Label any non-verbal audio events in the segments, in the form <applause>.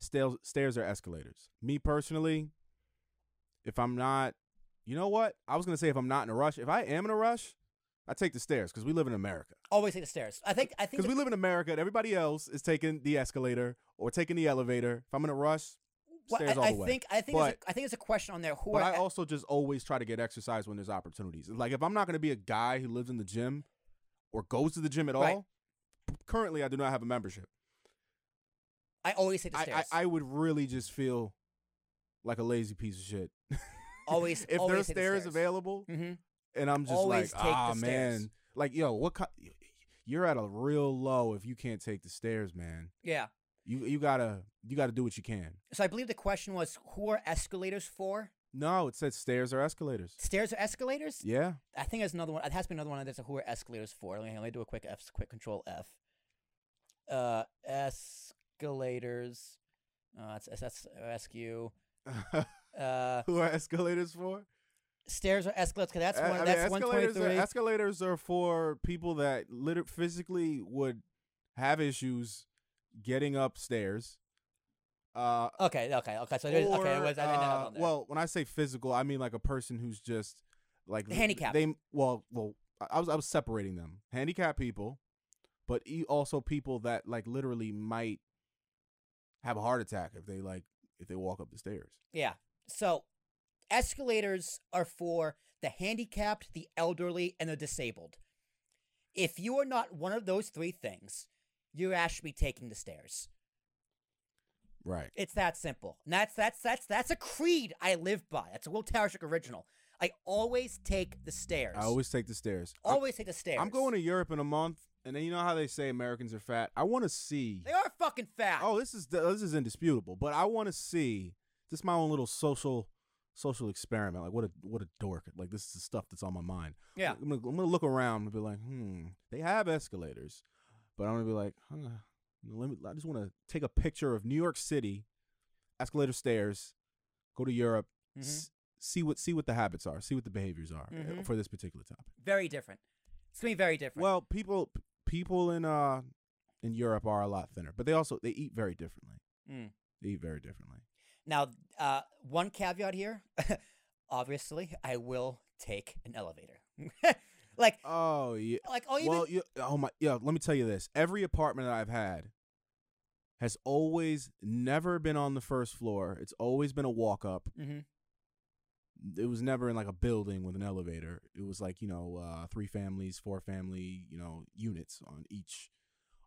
stairs, stairs or escalators. Me personally, if I'm not, you know what? I was gonna say if I'm not in a rush. If I am in a rush, I take the stairs because we live in America. Always take the stairs. I think. I think. Because we live in America, and everybody else is taking the escalator or taking the elevator. If I'm in a rush, well, stairs I, all I the way. think. I think. there's But- a, I think it's a question on there. Who but are I also just always try to get exercise when there's opportunities. Like if I'm not going to be a guy who lives in the gym or goes to the gym at Right. all, currently I do not have a membership. I always take the I, stairs. I I would really just feel like a lazy piece of shit. always. if always there's take the stairs, available Mm-hmm. and I'm just Always like, take the ah stairs." man, like yo, what kind? You're at a real low if you can't take the stairs, man. Yeah. You you gotta you gotta do what you can. So I believe the question was, who are escalators for? No, it said stairs or escalators. Stairs or escalators? Yeah, <laughs> I think there's another one. It has to be another one. There's a who are escalators for. Let me, let me do a quick F, quick control F. Uh, escalators. Uh, that's that's- that's rescue. Uh, who are escalators for? stairs or escalators? 'cause that's Uh, I- I one. mean, that's one twenty escalators are, three. escalators are for people that liter- physically would have issues getting upstairs. Uh, Okay, okay, okay. So there's okay. I or, was, I didn't uh, have one there. well, when I say physical, I mean like a person who's just like Handicapped. They well, well, I- I was I was separating them. Handicapped people, but e- also people that like literally might have a heart attack if they like if they walk up the stairs. yeah. So escalators are for the handicapped, the elderly, and the disabled. If you are not one of those three things, you're actually taking the stairs. Right. It's that simple. And that's that's that's that's a creed I live by. That's a Will Tarashuk original. I always take the stairs. I always take the stairs. I'm- always take the stairs. I'm going to Europe in a month, and then you know how they say Americans are fat. I want to see. They are fucking fat. Oh, this is this is indisputable, but I want to see. This is my own little social social experiment. Like what a what a dork. Like this is the stuff that's on my mind. yeah. I'm gonna, I'm gonna look around and be like, hmm, they have escalators, but I'm gonna be like, huh, let me. I just want to take a picture of New York City, escalator stairs, go to Europe, Mhm. s- see what see what the habits are, see what the behaviors are uh, Mhm. for this particular topic. Very different. It's gonna be very different. Well, people p- people in uh in Europe are a lot thinner, but they also they eat very differently. Mm. They eat very differently. now, uh, one caveat here. <laughs> Obviously, I will take an elevator. <laughs> like, Oh yeah. like, oh, even well, you, oh my yeah. Let me tell you this: every apartment that I've had has always never been on the first floor. It's always been a walk up. Mhm. It was never in like a building with an elevator. It was like you know uh, three families, four family, you know units on each.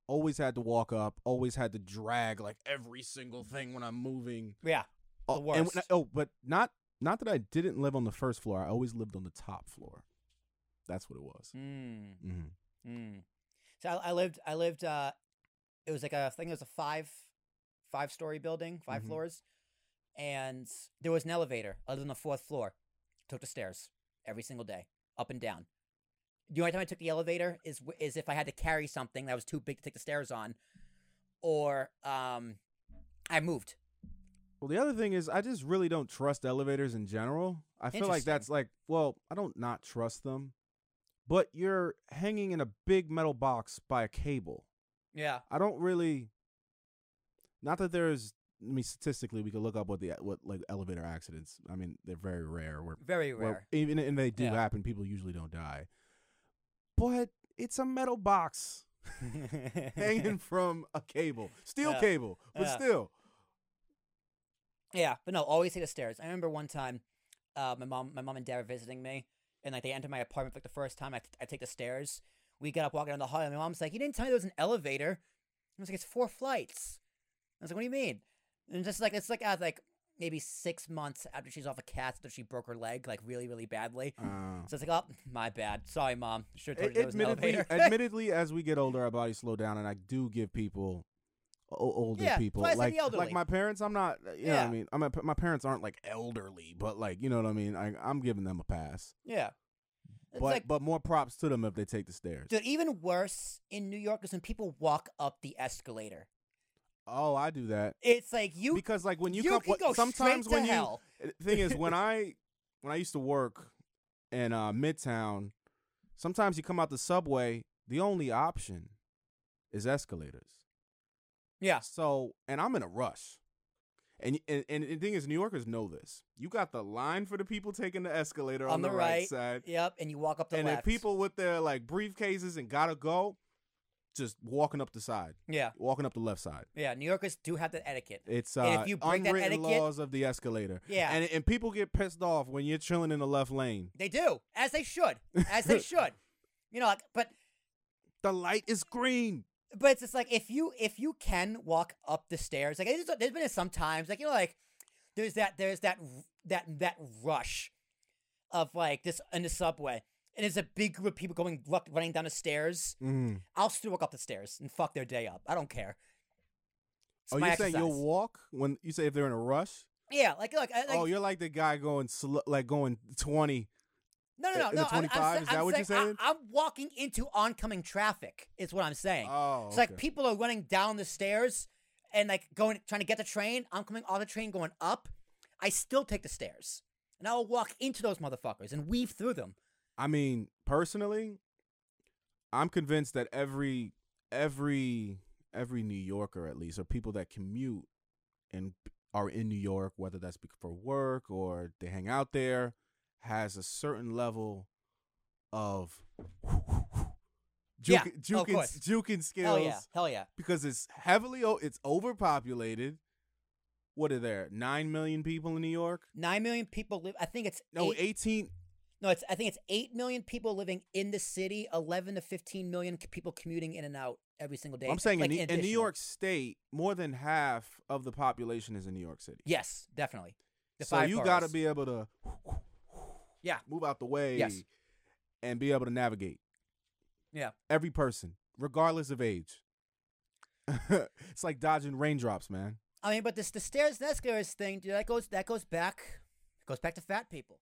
Always had to walk up. Always had to drag like every single thing when I'm moving. yeah, Oh, The and- worst. oh, but not not that I didn't live on the first floor. I always lived on the top floor. That's what it was. mm, hmm mm. So I, I lived, I lived. Uh, it was like a I think It was a five, five story building, 5 Mhm. floors, and there was an elevator. Other than the fourth floor, took the stairs every single day, up and down. The only time I took the elevator is w- is if I had to carry something that was too big to take the stairs on, or um, I moved. Well, the other thing is, I just really don't trust elevators in general. I feel like Interesting. that's like, well, I don't not trust them, but you're hanging in a big metal box by a cable. Yeah, I don't really. Not that there's, I mean, statistically, we could look up what the what like elevator accidents. I mean, they're very rare. Where very Well, rare. even if they do Yeah. happen, people usually don't die. But it's a metal <laughs> box hanging from a cable, steel Yeah. cable, but Yeah. still. Yeah, but no, always take the stairs. I remember one time, uh, my mom, my mom and dad were visiting me, and like they entered my apartment for like, the first time. I, t- I take the stairs. We got up walking down the hall, and my mom's like, "You didn't tell me there was an elevator." I was like, "It's four flights." I was like, "What do you mean?" And just like it's like at like maybe six months after she's off a cast after she broke her leg like really really badly. Uh, So it's like, "Oh, my bad. Sorry, mom. Should have told you there was an admittedly, <laughs> elevator." admittedly, as we get older, our bodies slow down, and I do give people. o- Older Yeah, people, plus the like elderly. like my parents, I'm not. uh, You know what Yeah. I mean, I'm a, my parents aren't like elderly, but like you know what I mean. I, I'm giving them a pass, yeah. It's but like, but more props to them if they take the stairs. dude, even worse in New York is when people walk up the escalator. oh, I do that It's like you because like when you, you come, can what- go sometimes straight when to you hell. Uh, thing is <laughs> when I when I used to work in uh, Midtown, sometimes you come out the subway, the only option is escalators. Yeah. So, and I'm in a rush. And, and and the thing is, New Yorkers know this. You got the line for the people taking the escalator on, On the right. side, Yep, and you walk up the and left. the people with their like briefcases and gotta go, just walking up the side, Yeah, walking up the left side. yeah. New Yorkers do have that etiquette. It's uh, And if you break that unwritten etiquette- laws of the escalator. Yeah. and and people get pissed off when you're chilling in the left lane. They do, as they should, <laughs> as they should. You know, like, but The light is green. but it's just like if you if you can walk up the stairs, like it's, there's been sometimes, like you know, like there's that there's that that that rush of like this in the subway, and there's a big group of people going ruck- running down the stairs. Mm. I'll still walk up the stairs and fuck their day up. I don't care. It's Oh, my you're saying you'll exercise. walk when you say if they're in a rush. Yeah, like like, I- like oh, you're like the guy going sl- like going twenty. no no no in the no. I'm, 25? I'm, Is that am what you're saying? I, am walking into oncoming traffic. Is what I'm saying. Oh, It's like okay. people are running down the stairs and like going trying to get the train. I'm coming off the train going up. I still take the stairs. And I will walk into those motherfuckers and weave through them. I mean, personally, I'm convinced that every every every New Yorker at least, or people that commute and b- are in New York, whether that's bec- for work or they hang out there, has a certain level of <laughs> Yeah, juke- oh, of juking course. juking skills Hell yeah. Hell yeah. because it's heavily o- it's overpopulated. What are there? Nine million people in New York? Nine million people live I think it's No, eight- eighteen. no, it's I think it's eight million people living in the city, eleven to fifteen million c- people commuting in and out every single day. I'm saying like, in, New- in New additional. York State, more than half of the population is in New York City. Yes, definitely. The so five you got to boroughs. be able to, Yeah. move out the way, Yes. and be able to navigate. Yeah. every person, regardless of age. <laughs> it's like dodging raindrops, man. I mean, but this the stairs and escalators thing, dude, that goes that goes back goes back to fat people.